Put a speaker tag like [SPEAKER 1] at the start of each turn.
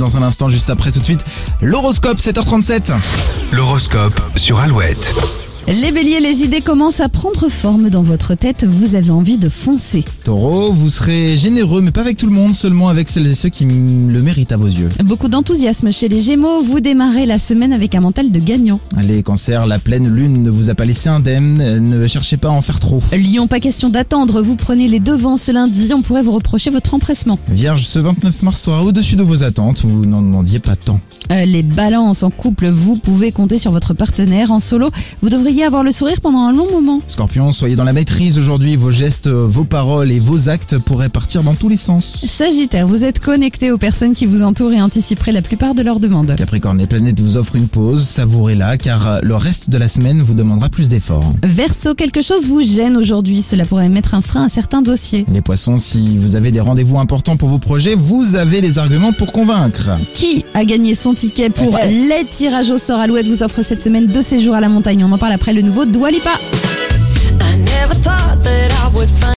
[SPEAKER 1] dans un instant, juste après tout de suite. L'horoscope 7h37.
[SPEAKER 2] L'horoscope sur Alouette.
[SPEAKER 3] Les béliers, les idées commencent à prendre forme dans votre tête, vous avez envie de foncer.
[SPEAKER 1] Taureau, vous serez généreux, mais pas avec tout le monde, seulement avec celles et ceux qui mm, le méritent à vos yeux.
[SPEAKER 3] Beaucoup d'enthousiasme chez les gémeaux, vous démarrez la semaine avec un mental de gagnant.
[SPEAKER 1] Les cancers, la pleine lune ne vous a pas laissé indemne, euh, ne cherchez pas à en faire trop.
[SPEAKER 3] Lyon, pas question d'attendre, vous prenez les devants ce lundi, on pourrait vous reprocher votre empressement.
[SPEAKER 1] Vierge, ce 29 mars sera au-dessus de vos attentes, vous n'en demandiez pas tant.
[SPEAKER 3] Euh, les balances en couple, vous pouvez compter sur votre partenaire en solo, vous devriez avoir le sourire pendant un long moment.
[SPEAKER 1] Scorpion, soyez dans la maîtrise aujourd'hui, vos gestes, euh, vos paroles et vos actes pourraient partir dans tous les sens.
[SPEAKER 3] Sagittaire, vous êtes connecté aux personnes qui vous entourent et anticiperez la plupart de leurs demandes.
[SPEAKER 1] Capricorne, les planètes vous offrent une pause, savourez-la car euh, le reste de la semaine vous demandera plus d'efforts.
[SPEAKER 3] Verseau, quelque chose vous gêne aujourd'hui, cela pourrait mettre un frein à certains dossiers.
[SPEAKER 1] Les poissons, si vous avez des rendez-vous importants pour vos projets, vous avez les arguments pour convaincre.
[SPEAKER 3] Qui a gagné son ticket pour
[SPEAKER 1] Ouais.
[SPEAKER 3] les tirages au sort Alouette vous offre cette semaine deux séjours à la montagne. On en parle après le nouveau Doualipa.
[SPEAKER 4] I never thought that I would find